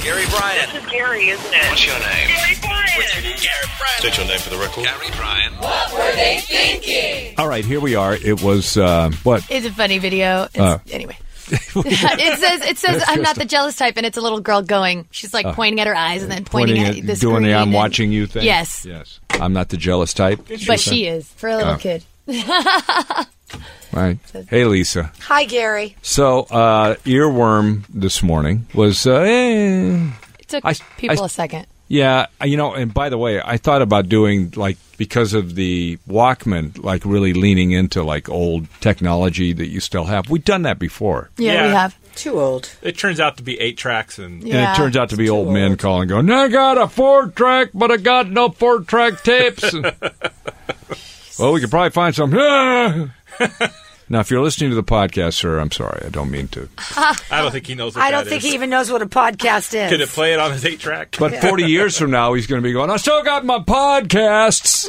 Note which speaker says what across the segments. Speaker 1: Gary Bryan.
Speaker 2: This is Gary, isn't it?
Speaker 1: What's your name?
Speaker 2: Gary Bryan.
Speaker 1: Gary Bryan.
Speaker 3: State your name for the record.
Speaker 1: Gary Bryan.
Speaker 4: All right, here we are. It was uh, what?
Speaker 5: It's a funny video. It's,
Speaker 4: Uh.
Speaker 5: anyway. it says it says I'm not the jealous type, and it's a little girl going. She's
Speaker 4: Uh.
Speaker 5: like pointing at her eyes and then pointing, at this.
Speaker 4: doing the "I'm watching you" thing.
Speaker 5: Yes.
Speaker 4: yes. I'm not the jealous type,
Speaker 5: but she is for a little
Speaker 4: Oh.
Speaker 5: kid.
Speaker 4: right? Hey, Lisa.
Speaker 6: Hi, Gary.
Speaker 4: So, uh, earworm this morning was uh, eh,
Speaker 5: It took
Speaker 4: I-
Speaker 5: people
Speaker 4: I-
Speaker 5: a second.
Speaker 4: yeah. I- You know, and by the way, I thought about doing like because of the Walkman, like really leaning into like old technology that you still have. We've done that before.
Speaker 5: Yeah,
Speaker 7: Yeah.
Speaker 5: we have.
Speaker 6: Too old.
Speaker 7: It turns out to be eight tracks, and
Speaker 5: Yeah.
Speaker 4: And it turns out to be old
Speaker 6: too
Speaker 4: men
Speaker 6: old.
Speaker 4: calling, going, "I got a four track, but I got no four track tapes." And- well, we could probably find some. now, if you're listening to the podcast, sir, I'm sorry, I don't mean to.
Speaker 7: I don't think he knows. What
Speaker 6: I don't
Speaker 7: that
Speaker 6: think
Speaker 7: is.
Speaker 6: he even knows what a podcast is.
Speaker 7: could it play it on his eight track.
Speaker 4: But 40 years from now, he's going to be going, "I still got my podcasts."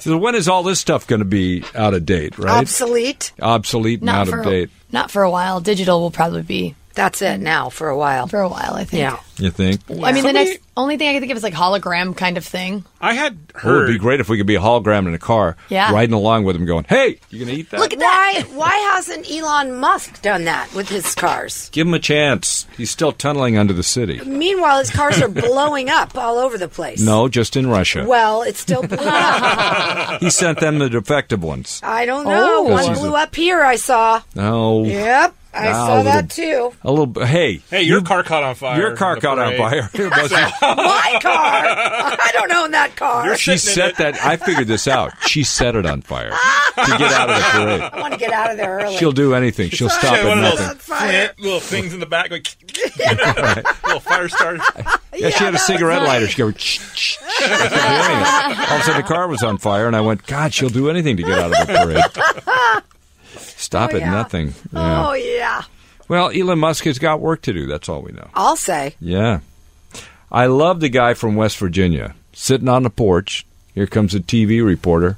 Speaker 4: so when is all this stuff going to be out of date? Right,
Speaker 6: Obsolete.
Speaker 4: obsolete and
Speaker 5: Not
Speaker 4: out
Speaker 5: for
Speaker 4: of date.
Speaker 5: not for a while. Digital will probably be
Speaker 6: That's it now for a while.
Speaker 5: for a while. I think.
Speaker 6: Yeah.
Speaker 4: You think?
Speaker 5: I mean, the
Speaker 7: Somebody-
Speaker 5: next only thing I can think of is like hologram kind of thing.
Speaker 7: I had
Speaker 4: Oh,
Speaker 7: heard.
Speaker 4: it'd be great if we could be a hologram in a car,
Speaker 5: Yeah.
Speaker 4: riding along with him, going, "Hey, you going to eat that?"
Speaker 6: Look at that. Why, why hasn't Elon Musk done that with his cars?
Speaker 4: Give him a chance. He's still tunneling under the city.
Speaker 6: Meanwhile, his cars are blowing up all over the place.
Speaker 4: No, just in Russia.
Speaker 6: Well, it's still blew up.
Speaker 4: he sent them the defective ones.
Speaker 6: I don't know.
Speaker 5: Oh.
Speaker 6: One
Speaker 4: Jesus.
Speaker 6: blew up here, I saw.
Speaker 4: No.
Speaker 6: Yep. I
Speaker 4: Ah,
Speaker 6: saw
Speaker 4: little-
Speaker 6: that too.
Speaker 4: A little. b- Hey.
Speaker 7: Hey, your car caught on fire.
Speaker 4: Your car
Speaker 7: in the
Speaker 4: caught on
Speaker 7: parade.
Speaker 4: fire. It wasn't-
Speaker 6: My car. I don't own that car.
Speaker 7: You're
Speaker 4: she
Speaker 7: sitting in
Speaker 4: set
Speaker 7: it.
Speaker 4: that. I figured this out. She set it on fire to get out of the parade.
Speaker 6: I want to get out of there early.
Speaker 4: She'll do anything. She'll
Speaker 7: She
Speaker 4: stop
Speaker 7: had
Speaker 4: at
Speaker 7: one of
Speaker 4: nothing.
Speaker 7: those flint little things in the back, like little fire starter.
Speaker 4: Yeah, she had a cigarette lighter. She goes. "Shh, shh, shh." I kept hearing it. All of a sudden, the car was on fire, and I went, "God, she'll do anything to get out of the parade." Stop at
Speaker 6: Oh, yeah.
Speaker 4: nothing. Yeah.
Speaker 6: Oh, yeah.
Speaker 4: Well, Elon Musk has got work to do. That's all we know.
Speaker 6: I'll say.
Speaker 4: Yeah. I love the guy from West Virginia sitting on the porch. Here comes a TV reporter.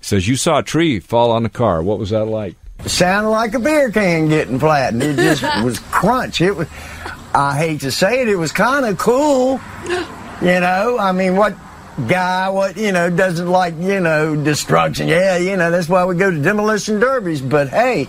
Speaker 4: Says, You saw a tree fall on the car. What was that like?
Speaker 8: sounded like a beer can getting flattened. It just was crunch. It was. I hate to say it, it was kind of cool. You know, I mean, what guy, what you know, doesn't like you know destruction? Yeah, you know, that's why we go to demolition derbies. But hey.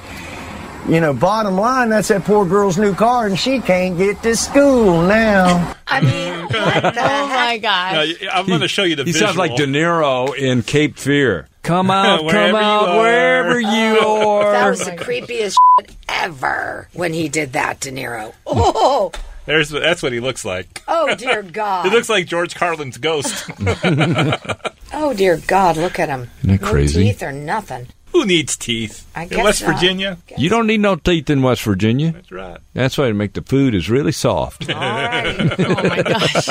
Speaker 8: You know, bottom line, that's that poor girl's new car, and she can't get to school now.
Speaker 6: I mean, what the
Speaker 5: Oh
Speaker 6: heck?
Speaker 5: my gosh!
Speaker 7: Now, I'm going to show you the.
Speaker 4: He
Speaker 7: visual.
Speaker 4: sounds like De Niro in Cape Fear. Come out, come
Speaker 7: Wherever you
Speaker 4: out,
Speaker 7: are.
Speaker 4: wherever you are.
Speaker 6: That was the creepiest shit ever when he did that, De Niro. Oh,
Speaker 7: There's that's what he looks like.
Speaker 6: oh dear
Speaker 7: He
Speaker 6: God.
Speaker 7: looks like George Carlin's ghost.
Speaker 6: oh dear God, look at him.
Speaker 4: Isn't that
Speaker 6: no
Speaker 4: crazy?
Speaker 6: teeth or nothing.
Speaker 7: Who needs teeth?
Speaker 6: I
Speaker 7: In
Speaker 6: guess
Speaker 7: West
Speaker 6: not.
Speaker 7: Virginia.
Speaker 4: you don't need no teeth in West Virginia.
Speaker 7: That's right.
Speaker 4: That's why they make the food is really soft.
Speaker 6: All right.
Speaker 5: oh my gosh!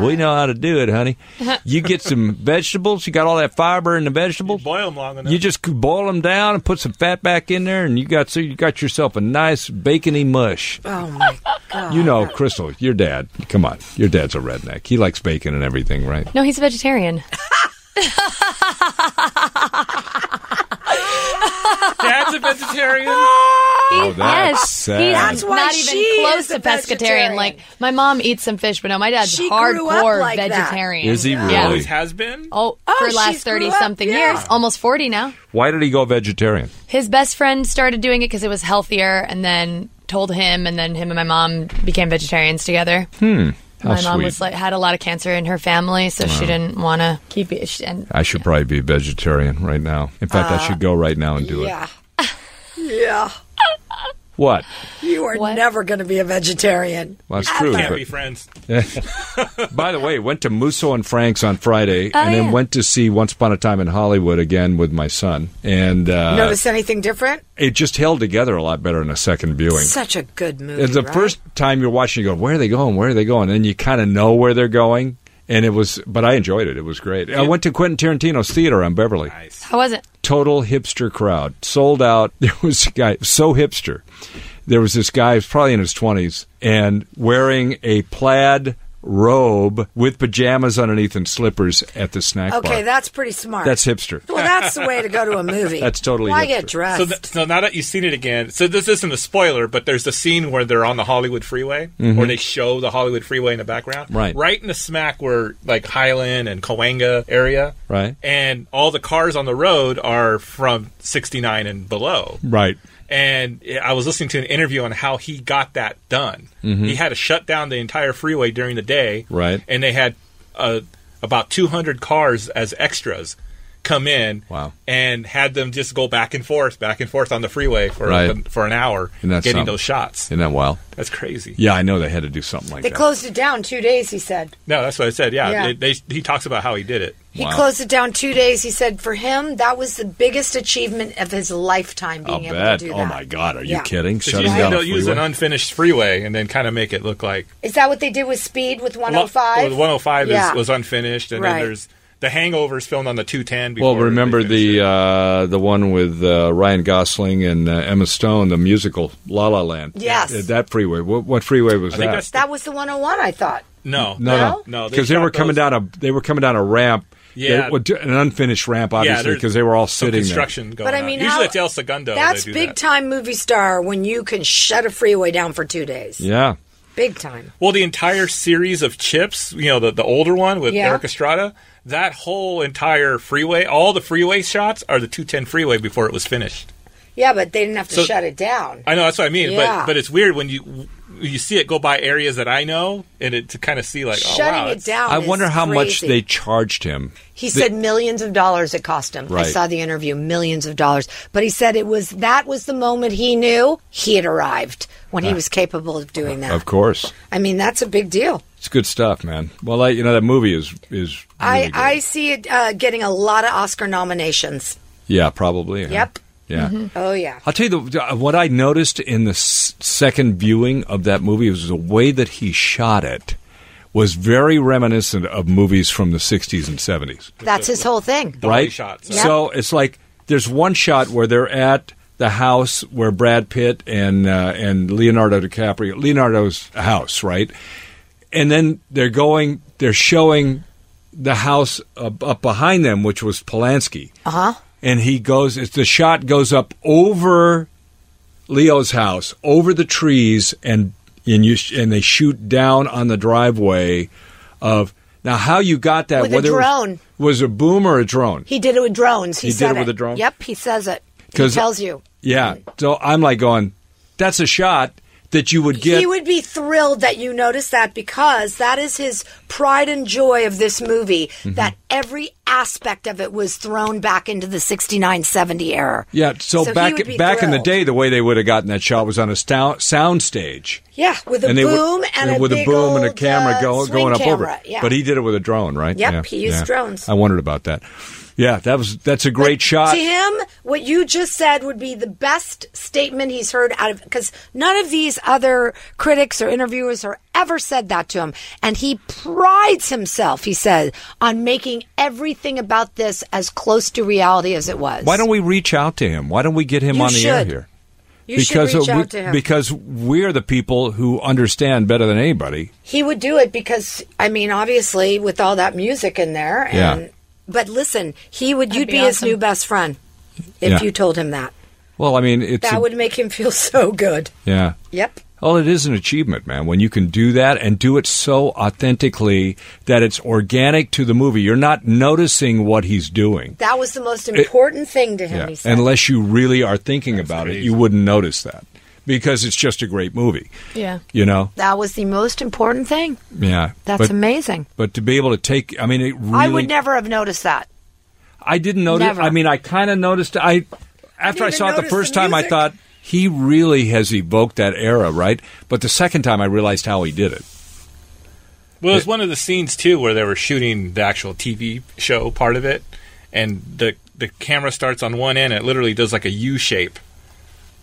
Speaker 4: we know how to do it, honey. You get some vegetables. You got all that fiber in the vegetables.
Speaker 7: Boil them long enough.
Speaker 4: You just could boil them down and put some fat back in there, and you got so you got yourself a nice bacony mush.
Speaker 6: Oh my God.
Speaker 4: You know, Crystal, your dad. Come on, your dad's a redneck. He likes bacon and everything, right?
Speaker 5: No, he's a vegetarian.
Speaker 7: Dad's a vegetarian.
Speaker 4: Oh,
Speaker 5: yes, he's
Speaker 6: That's why
Speaker 5: not even
Speaker 6: she
Speaker 5: close
Speaker 6: is
Speaker 5: to
Speaker 6: a
Speaker 5: pescatarian.
Speaker 6: vegetarian.
Speaker 5: Like my mom eats some fish, but no, my dad's
Speaker 6: She grew up
Speaker 5: hardcore
Speaker 6: like that.
Speaker 5: vegetarian.
Speaker 4: Is he
Speaker 5: Yeah.
Speaker 4: really?
Speaker 7: Always has been.
Speaker 5: Oh,
Speaker 6: Oh,
Speaker 5: for the
Speaker 6: she's
Speaker 5: last
Speaker 6: grew
Speaker 5: thirty
Speaker 6: up,
Speaker 5: something
Speaker 6: yeah.
Speaker 5: years, almost forty now.
Speaker 4: Why did he go vegetarian?
Speaker 5: His best friend started doing it because it was healthier, and then told him, and then him and my mom became vegetarians together.
Speaker 4: How
Speaker 5: my mom
Speaker 4: sweet.
Speaker 5: was like had a lot of cancer in her family, so she didn't want to keep it. she- And
Speaker 4: I should probably be vegetarian right now. In fact, I should go right now and do it.
Speaker 6: Uh, Yeah. Yeah.
Speaker 4: What?
Speaker 6: You are
Speaker 5: What?
Speaker 6: never going to be a vegetarian.
Speaker 4: Well, that's true.
Speaker 7: Can't
Speaker 4: but-
Speaker 7: be friends.
Speaker 4: by the way, went to Musso and Frank's on Friday,
Speaker 6: Oh,
Speaker 4: and then
Speaker 5: yeah.
Speaker 4: went to see Once Upon a Time in Hollywood again with my son, and uh,
Speaker 6: Notice anything different?
Speaker 4: it just held together a lot better in a second viewing.
Speaker 6: Such a good movie.
Speaker 4: It's the
Speaker 6: right?
Speaker 4: first time you're watching, you go, where are they going? Where are they going? And you kind of know where they're going. And it was, but I enjoyed it. It was great. I went to Quentin Tarantino's theater on Beverly.
Speaker 5: how was it?
Speaker 4: Total hipster crowd, sold out. There was a guy so hipster. There was this guy, he was probably in his twenties, and wearing a plaid robe with pajamas underneath and slippers at the snack bar.
Speaker 6: Okay, that's pretty smart.
Speaker 4: That's hipster.
Speaker 6: Well, that's the way to go to a movie.
Speaker 4: That's totally
Speaker 6: Why
Speaker 4: hipster.
Speaker 6: get dressed?
Speaker 7: So, th- so now that you've seen it again, so this isn't a spoiler, but there's a scene where they're on the Hollywood freeway, where they show the Hollywood freeway in the background,
Speaker 4: Mm-hmm. Right.
Speaker 7: right in the smack where like Highland and Coanga area,
Speaker 4: Right.
Speaker 7: and all the cars on the road are from 69 and below,
Speaker 4: Right.
Speaker 7: and I was listening to an interview on how he got that done. He had to shut down the entire freeway during the day,
Speaker 4: Mm-hmm. Right.
Speaker 7: And they had uh, about 200 cars as extras come in,
Speaker 4: Wow.
Speaker 7: and had them just go back and forth, back and forth on the freeway for
Speaker 4: Right.
Speaker 7: for an hour,
Speaker 4: And that's
Speaker 7: getting
Speaker 4: something.
Speaker 7: those shots.
Speaker 4: Isn't that wild?
Speaker 7: That's crazy.
Speaker 4: Yeah, I know they had to do something like
Speaker 6: they
Speaker 4: that.
Speaker 6: closed it down two days, he said.
Speaker 7: No, that's what I said. Yeah,
Speaker 6: Yeah.
Speaker 7: It- they, he talks about how he did it.
Speaker 6: He
Speaker 4: Wow.
Speaker 6: closed it down two days. He said for him, that was the biggest achievement of his lifetime being
Speaker 4: I'll
Speaker 6: able
Speaker 4: bet.
Speaker 6: to do
Speaker 4: Oh
Speaker 6: that.
Speaker 4: my God, are
Speaker 6: Yeah.
Speaker 4: you kidding?
Speaker 7: 'Cause
Speaker 4: Shutting
Speaker 7: usually
Speaker 4: down a
Speaker 7: they'll use an
Speaker 4: freeway?
Speaker 7: unfinished freeway and then kind of make it look like
Speaker 6: Is that what they did with Speed with
Speaker 7: Well, oh,
Speaker 6: 105?
Speaker 7: well, 105
Speaker 6: Yeah.
Speaker 7: is, was unfinished, and
Speaker 6: Right.
Speaker 7: then there's the Hangovers filmed on the 210. Before
Speaker 4: Well, remember
Speaker 7: they finished
Speaker 4: the
Speaker 7: it.
Speaker 4: uh, the one with uh, Ryan Gosling and uh, Emma Stone, the musical La La Land.
Speaker 6: Yes.
Speaker 4: Uh, that freeway. What, what freeway was
Speaker 7: I think
Speaker 4: that?
Speaker 7: that's
Speaker 6: That was the 101, I thought.
Speaker 7: no,
Speaker 4: No, no,
Speaker 6: No?
Speaker 7: No, they
Speaker 4: because they
Speaker 7: shot
Speaker 4: were coming
Speaker 7: those-
Speaker 4: down a they were coming down a ramp.
Speaker 7: Yeah.
Speaker 4: They- well, d- an unfinished ramp, obviously,
Speaker 7: there's
Speaker 4: because they were all
Speaker 7: some
Speaker 4: sitting there.
Speaker 7: construction going
Speaker 6: But I
Speaker 7: on.
Speaker 6: mean,
Speaker 7: usually
Speaker 6: how-
Speaker 7: it's El Segundo.
Speaker 6: That's
Speaker 7: they do
Speaker 6: big
Speaker 7: that.
Speaker 6: time movie star when you can shut a freeway down for two days.
Speaker 4: Yeah,
Speaker 6: Big time.
Speaker 7: Well, the entire series of Chips, you know, the, the older one with
Speaker 6: Yeah.
Speaker 7: Eric Estrada, that whole entire freeway, all the freeway shots are the 210 freeway before it was finished.
Speaker 6: Yeah, but they didn't have to
Speaker 7: So-
Speaker 6: shut it down.
Speaker 7: I know that's what I mean,
Speaker 6: Yeah.
Speaker 7: but but it's weird when you when you see it go by areas that I know, and it to kind of see like
Speaker 6: Shutting
Speaker 7: oh wow,
Speaker 6: it
Speaker 7: it's-
Speaker 6: down.
Speaker 4: I
Speaker 6: is
Speaker 4: wonder how much
Speaker 6: crazy.
Speaker 4: they charged him.
Speaker 6: He said millions of dollars it cost him.
Speaker 4: Right.
Speaker 6: I saw the interview, millions of dollars. But he said it was that was the moment he knew he had arrived when he was capable of doing that.
Speaker 4: Ah. Of course,
Speaker 6: I mean, that's a big deal.
Speaker 4: it's good stuff, man. Well, I, you know that movie is is. Really
Speaker 6: I,
Speaker 4: good.
Speaker 6: I see it uh, getting a lot of Oscar nominations.
Speaker 4: yeah, probably. yeah.
Speaker 6: Yep.
Speaker 4: Yeah.
Speaker 6: Oh yeah.
Speaker 4: I'll tell you the, uh, what I noticed in the s- second viewing of that movie was the way that he shot it was very reminiscent of movies from the 60s and 70s,
Speaker 6: That's his whole thing.
Speaker 7: Dolly
Speaker 4: right?
Speaker 7: shots.
Speaker 4: So it's like there's one shot where they're at the house where Brad Pitt and uh, and Leonardo DiCaprio Leonardo's house, right? And then they're going they're showing the house up, up behind them which was Polanski.
Speaker 6: Uh-huh.
Speaker 4: And he goes it's the shot goes up over Leo's house over the trees and and you sh- and they shoot down on the driveway of now how you got that
Speaker 6: With a
Speaker 4: whether it was-
Speaker 6: drone.
Speaker 4: was, a boom or a drone
Speaker 6: He did it with drones. He,
Speaker 4: He did
Speaker 6: said
Speaker 4: it with a drone?
Speaker 6: Yep, he says it. He
Speaker 4: 'Cause-
Speaker 6: tells you.
Speaker 4: yeah so I'm like going that's a shot that you would get
Speaker 6: he would be thrilled that you noticed that because that is his pride and joy of this movie
Speaker 4: Mm-hmm.
Speaker 6: that every aspect of it was thrown back into the 69 70 era.
Speaker 4: yeah so,
Speaker 6: he
Speaker 4: back
Speaker 6: would be
Speaker 4: back in the
Speaker 6: thrilled.
Speaker 4: day the way they would have gotten that shot was on a stou- sound stage
Speaker 6: Yeah, with a
Speaker 4: and they would-
Speaker 6: boom and a
Speaker 4: with
Speaker 6: big
Speaker 4: a boom and a
Speaker 6: old,
Speaker 4: camera
Speaker 6: uh,
Speaker 4: go,
Speaker 6: swing
Speaker 4: going up over.
Speaker 6: camera,
Speaker 4: it.
Speaker 6: Yeah.
Speaker 4: But he did it with a drone, right?
Speaker 6: Yep, he used drones.
Speaker 4: I wondered about that. Yeah, that was that's a great
Speaker 6: But
Speaker 4: shot.
Speaker 6: To him, what you just said would be the best statement he's heard out of because none of these other critics or interviewers have ever said that to him. And he prides himself, he said, on making everything about this as close to reality as it was.
Speaker 4: Why don't we reach out to him? Why don't we get him
Speaker 6: You
Speaker 4: on the air
Speaker 6: should.
Speaker 4: here?
Speaker 6: you
Speaker 4: because
Speaker 6: should reach
Speaker 4: we,
Speaker 6: out to him?
Speaker 4: because we're the people who understand better than anybody.
Speaker 6: he would do it because I mean, obviously, with all that music in there. And,
Speaker 4: Yeah.
Speaker 6: But listen, he would. you'd
Speaker 5: be
Speaker 6: be, his
Speaker 5: awesome.
Speaker 6: new best friend if
Speaker 4: Yeah.
Speaker 6: you told him that.
Speaker 4: Well, I mean, it's
Speaker 6: That
Speaker 4: a-
Speaker 6: would make him feel so good.
Speaker 4: yeah.
Speaker 6: Yep.
Speaker 4: Well, it is an achievement, man, when you can do that and do it so authentically that it's organic to the movie. You're not noticing what he's doing.
Speaker 6: That was the most important thing to him.
Speaker 4: Yeah.
Speaker 6: He said.
Speaker 4: Unless you really are thinking about it, you wouldn't notice that because it's just a great movie.
Speaker 5: Yeah.
Speaker 4: You know?
Speaker 6: that was the most important thing.
Speaker 4: Yeah.
Speaker 6: That's
Speaker 4: but,
Speaker 6: amazing.
Speaker 4: But to be able to take, I mean, it really.
Speaker 6: I would never have noticed that.
Speaker 4: I didn't notice.
Speaker 6: Never.
Speaker 4: I mean, I kind of noticed. I after I,
Speaker 6: didn't
Speaker 4: saw it the
Speaker 6: even
Speaker 4: first
Speaker 6: notice the
Speaker 4: time, I
Speaker 6: music.
Speaker 4: thought he really has evoked that era, right? But the second time, I realized how he did it.
Speaker 7: Well, it was one of the scenes too where they were shooting the actual TV show part of it, and the the camera starts on one end. And it literally does like a U shape,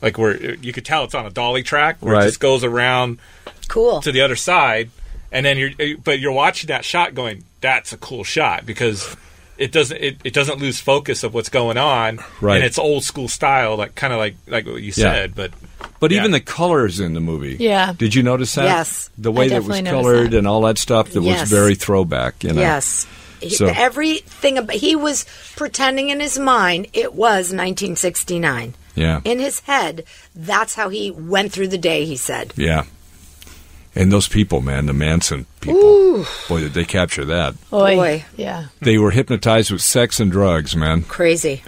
Speaker 7: like where uh, you could tell it's on a dolly track, where
Speaker 4: Right.
Speaker 7: it just goes around
Speaker 6: Cool.
Speaker 7: to the other uh, side, and then you're but you're watching that shot going, "That's a cool shot," because it doesn't it, it doesn't lose focus of what's going on.
Speaker 4: Right.
Speaker 7: And it's old school style, like kind of like like what you said, but
Speaker 4: But
Speaker 7: Yeah.
Speaker 4: even the colors in the movie.
Speaker 5: Yeah.
Speaker 4: Did you notice that?
Speaker 6: Yes.
Speaker 4: The way
Speaker 5: I
Speaker 4: that was
Speaker 5: definitely noticed
Speaker 4: colored
Speaker 5: that.
Speaker 4: and all that stuff that
Speaker 6: Yes.
Speaker 4: was very throwback, you know.
Speaker 6: Yes. He-
Speaker 4: So-
Speaker 6: Everything about, he was pretending in his mind it was 1969.
Speaker 4: Yeah.
Speaker 6: In his head, that's how he went through the day, he said.
Speaker 4: Yeah. And those people, man, the Manson people. Boy, did they capture that.
Speaker 5: Oy.
Speaker 6: Boy.
Speaker 5: Yeah.
Speaker 4: They were hypnotized with sex and drugs, man.
Speaker 6: Crazy.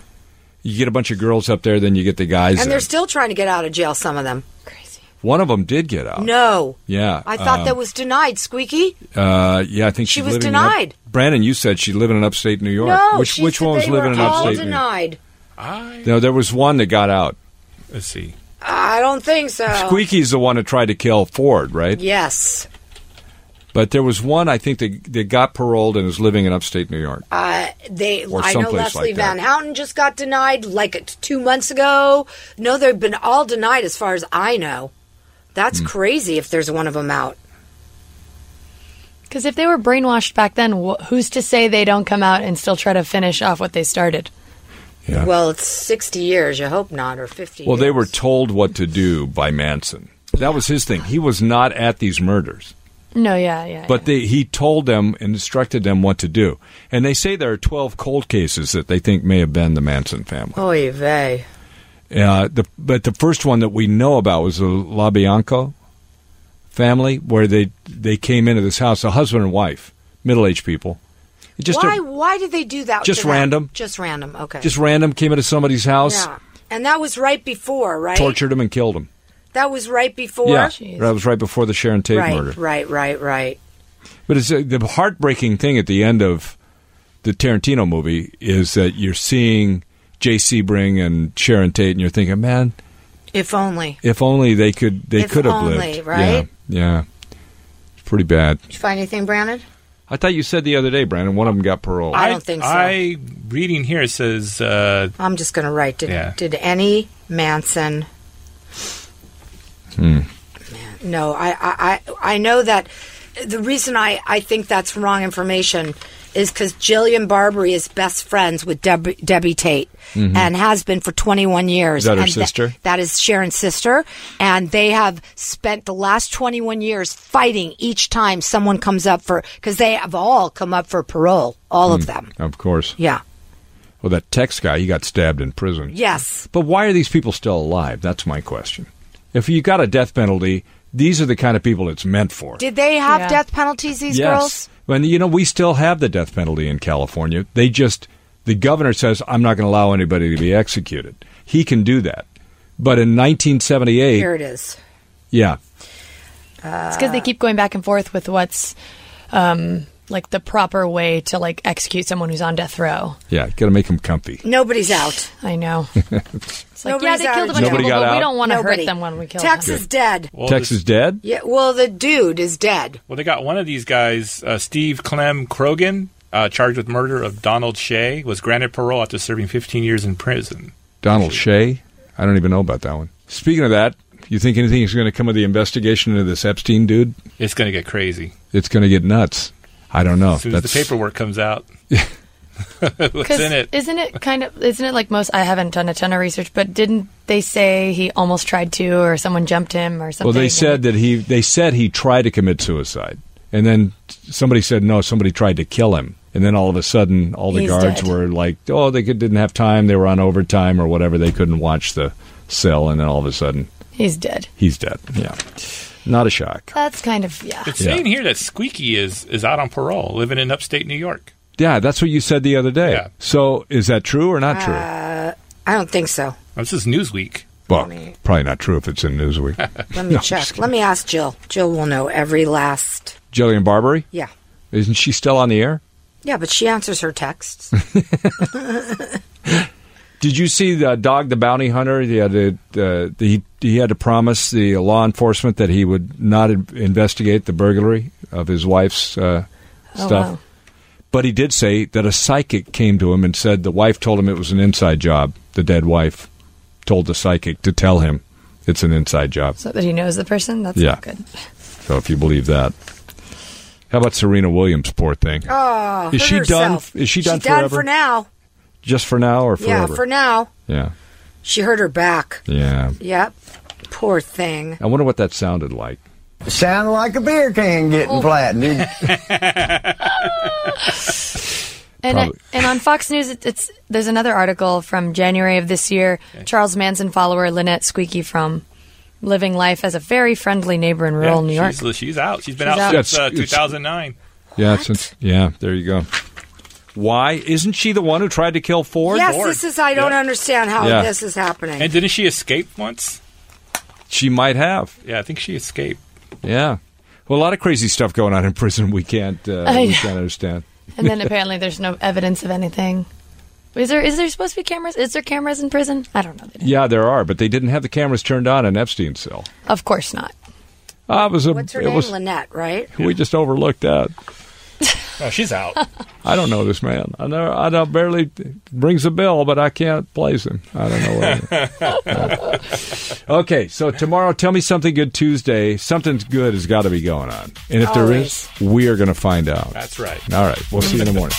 Speaker 4: You get a bunch of girls up there, then you get the guys.
Speaker 6: And
Speaker 4: in.
Speaker 6: they're still trying to get out of jail, some of them.
Speaker 5: Crazy.
Speaker 4: One of them did get out.
Speaker 6: No.
Speaker 4: Yeah.
Speaker 6: I thought
Speaker 4: um,
Speaker 6: that was denied, Squeaky.
Speaker 4: Uh, yeah, I think
Speaker 6: She
Speaker 4: she's
Speaker 6: was
Speaker 4: living in up-
Speaker 6: denied.
Speaker 4: Brandon, you said she'd live in upstate New York.
Speaker 6: No,
Speaker 4: which
Speaker 6: she
Speaker 4: which
Speaker 6: said
Speaker 4: one was
Speaker 6: they
Speaker 4: living
Speaker 6: were
Speaker 4: in
Speaker 6: all
Speaker 4: upstate New York?
Speaker 6: denied.
Speaker 7: I
Speaker 4: No, there was one that got out.
Speaker 7: let's see.
Speaker 6: I don't think so.
Speaker 4: Squeaky's the one that tried to kill Ford, right?
Speaker 6: Yes.
Speaker 4: But there was one I think that, that got paroled and is living in upstate New York.
Speaker 6: Uh, they,
Speaker 4: Or
Speaker 6: I know
Speaker 4: someplace
Speaker 6: Leslie
Speaker 4: like that.
Speaker 6: Van Houten just got denied like t- two months ago. No, they've been all denied as far as I know.
Speaker 4: Hmm.
Speaker 6: That's crazy if there's one of them out.
Speaker 5: Because if they were brainwashed back then, wh- who's to say they don't come out and still try to finish off what they started?
Speaker 4: yeah.
Speaker 6: Well, it's 60 years. You hope not, or 50
Speaker 4: Well, they
Speaker 6: years.
Speaker 4: were told what to do by Manson. That was his thing. He was not at these murders,
Speaker 5: No, yeah, yeah.
Speaker 4: but they, he told them and instructed them what to do. And they say there are 12 cold cases that they think may have been the Manson family.
Speaker 6: Oy vey.
Speaker 4: Uh, the, but the first one that we know about was the LaBianco family, where they, they came into this house, a husband and wife, middle aged people. Just a-
Speaker 6: why, why did they do that?
Speaker 4: Just
Speaker 6: to them?
Speaker 4: random.
Speaker 6: Just random, okay.
Speaker 4: just random came into somebody's house,
Speaker 6: yeah. And that was right before, right?
Speaker 4: tortured him, and killed him.
Speaker 6: That was right before?
Speaker 4: yeah,
Speaker 5: Jeez.
Speaker 4: that was right before the Sharon Tate
Speaker 6: Right,
Speaker 4: murder.
Speaker 6: right, right, right.
Speaker 4: But it's uh, the heartbreaking thing at the end of the Tarantino movie is that you're seeing J.C. Bring and Sharon Tate, and you're thinking, man,
Speaker 6: If only.
Speaker 4: if only they could, they
Speaker 6: If
Speaker 4: could have
Speaker 6: only,
Speaker 4: lived.
Speaker 6: right?
Speaker 4: Yeah, yeah. It's pretty bad.
Speaker 6: Did you find anything, Brandon?
Speaker 4: I thought you said the other day, Brandon, one of them got paroled.
Speaker 6: I don't think so.
Speaker 7: I reading here it says uh,
Speaker 6: I'm just going to write. Did,
Speaker 7: Yeah.
Speaker 6: did any Manson?
Speaker 4: Hmm.
Speaker 6: Man, no, I, I, I, I know that the reason I, I think that's wrong information is because Jillian Barbary is best friends with Deb, Debbie Tate and has been for 21 years.
Speaker 4: Mm-hmm. Is that her
Speaker 6: and tha-
Speaker 4: sister?
Speaker 6: that is Sharon's sister, and they have spent the last 21 years fighting each time someone comes up for because they have all come up for parole, all
Speaker 4: Hmm.
Speaker 6: of them.
Speaker 4: of course.
Speaker 6: Yeah.
Speaker 4: Well, that Tex guy, he got stabbed in prison.
Speaker 6: Yes.
Speaker 4: But why are these people still alive? That's my question. If you got a death penalty, these are the kind of people it's meant for.
Speaker 6: Did they have
Speaker 5: Yeah.
Speaker 6: death penalties? These
Speaker 4: yes.
Speaker 6: girls.
Speaker 4: When you know we still have the death penalty in California. They just the governor says I'm not going to allow anybody to be executed. He can do that. But in 1978,
Speaker 6: Here it is.
Speaker 4: yeah,
Speaker 5: it's because they keep going back and forth with what's um, like the proper way to like execute someone who's on death row.
Speaker 4: yeah, got to make them comfy.
Speaker 6: Nobody's out.
Speaker 5: I know. It's like yeah,
Speaker 6: Nobody's
Speaker 5: they killed a
Speaker 6: out.
Speaker 5: bunch of
Speaker 4: Nobody
Speaker 5: people,
Speaker 4: got
Speaker 5: but
Speaker 4: out?
Speaker 5: we don't want to
Speaker 6: Nobody.
Speaker 5: hurt them when we kill
Speaker 6: Tex
Speaker 5: them.
Speaker 6: is dead.
Speaker 7: well,
Speaker 4: Tex
Speaker 7: this-
Speaker 4: is dead.
Speaker 6: Yeah. Well, the dude is dead.
Speaker 7: Well, they got one of these guys, uh, Steve Clem Krogan, uh, charged with murder of Donald Shea, was granted parole after serving 15 years in prison.
Speaker 4: Donald Shea. I don't even know about that one. Speaking of that, you think anything is going to come of the investigation into this Epstein dude?
Speaker 7: It's going to get crazy
Speaker 4: It's going to get nuts. I don't know.
Speaker 7: as soon as
Speaker 4: That's
Speaker 7: the paperwork comes out. What's
Speaker 5: 'Cause
Speaker 7: in it?
Speaker 5: Isn't it kind of? Isn't it like most? I haven't done a ton of research, but didn't they say he almost tried to, or someone jumped him, or something?
Speaker 4: Well, they said that he they said he tried to commit suicide, and then somebody said no, somebody tried to kill him, and then all of a sudden, all the
Speaker 5: He's
Speaker 4: guards
Speaker 5: dead.
Speaker 4: were like, oh, they could, didn't have time, they were on overtime or whatever, they couldn't watch the cell, and then all of a sudden,
Speaker 5: he's dead.
Speaker 4: he's dead. Yeah, not a shock.
Speaker 5: That's kind of yeah.
Speaker 7: It's
Speaker 4: Yeah.
Speaker 7: saying here that Squeaky is, is out on parole, living in upstate New York.
Speaker 4: Yeah, that's what you said the other day.
Speaker 7: Yeah.
Speaker 4: So is that true or
Speaker 5: Ah,
Speaker 4: not true?
Speaker 6: I don't think so.
Speaker 7: This is Newsweek.
Speaker 4: well, probably not true if it's in Newsweek.
Speaker 6: Let
Speaker 4: No,
Speaker 6: me
Speaker 4: I'm just
Speaker 6: check.
Speaker 4: kidding.
Speaker 6: Let me ask Jill. Jill will know every last.
Speaker 4: Jillian Barbary,
Speaker 6: Yeah.
Speaker 4: isn't she still on the air?
Speaker 6: Yeah, but she answers her texts.
Speaker 4: Did you see the dog, the bounty hunter? He had to, uh, he he had to promise the law enforcement that he would not in- investigate the burglary of his wife's uh,
Speaker 5: Oh,
Speaker 4: stuff.
Speaker 5: wow.
Speaker 4: But he did say that a psychic came to him and said the wife told him it was an inside job. The dead wife told the psychic to tell him it's an inside job.
Speaker 5: So that he knows the person. That's
Speaker 4: Yeah.
Speaker 5: not good.
Speaker 4: So if you believe that, How about Serena Williams? Poor thing.
Speaker 6: Oh,
Speaker 4: Is
Speaker 6: hurt
Speaker 4: she done-
Speaker 6: herself.
Speaker 4: is she done
Speaker 6: She's done
Speaker 4: forever?
Speaker 6: for now.
Speaker 4: Just for now or forever?
Speaker 6: Yeah, for now.
Speaker 4: yeah.
Speaker 6: She hurt her back.
Speaker 4: Yeah.
Speaker 6: Yep. Poor thing.
Speaker 4: I wonder what that sounded like.
Speaker 8: Sounded like a beer can getting flattened. It-
Speaker 5: And
Speaker 4: Probably.
Speaker 5: and on Fox News, it, it's there's another article from January of this year. Charles Manson follower Lynette Squeaky from living life as a very friendly neighbor in rural New York.
Speaker 7: She's, she's out. She's been
Speaker 5: She's
Speaker 7: out,
Speaker 5: out.
Speaker 7: since
Speaker 4: That's-
Speaker 7: uh,
Speaker 4: it's-
Speaker 7: 2009.
Speaker 4: Yeah, since yeah, there you go. Why isn't she the one who tried to kill Ford?
Speaker 6: yes,
Speaker 7: Lord.
Speaker 6: this is. I don't
Speaker 7: Yeah.
Speaker 6: understand how
Speaker 4: Yeah.
Speaker 6: this is happening.
Speaker 7: And didn't she escape once?
Speaker 4: She might have.
Speaker 7: Yeah, I think she escaped.
Speaker 4: Yeah. Well, a lot of crazy stuff going on in prison. We can't. Uh,
Speaker 5: I
Speaker 4: we
Speaker 5: know.
Speaker 4: can't understand.
Speaker 5: And then apparently there's no evidence of anything. Is there is there supposed to be cameras? Is there cameras in prison? I don't know. They didn't.
Speaker 4: Yeah, there are, but they didn't have the cameras turned on in Epstein's cell.
Speaker 5: Of course not.
Speaker 4: Ah, it was a.
Speaker 6: What's her
Speaker 4: it
Speaker 6: name?
Speaker 4: was-
Speaker 6: Lynette, right?
Speaker 4: we just overlooked that.
Speaker 7: No, Oh, she's out.
Speaker 4: I don't know this man. I know. I know barely brings a bell, but I can't place him. I don't know. What he- okay, so tomorrow, tell me something good Tuesday. Something good has got to be going on, and if there is, we are going to find out.
Speaker 7: That's right.
Speaker 4: All right, we'll see you in the morning.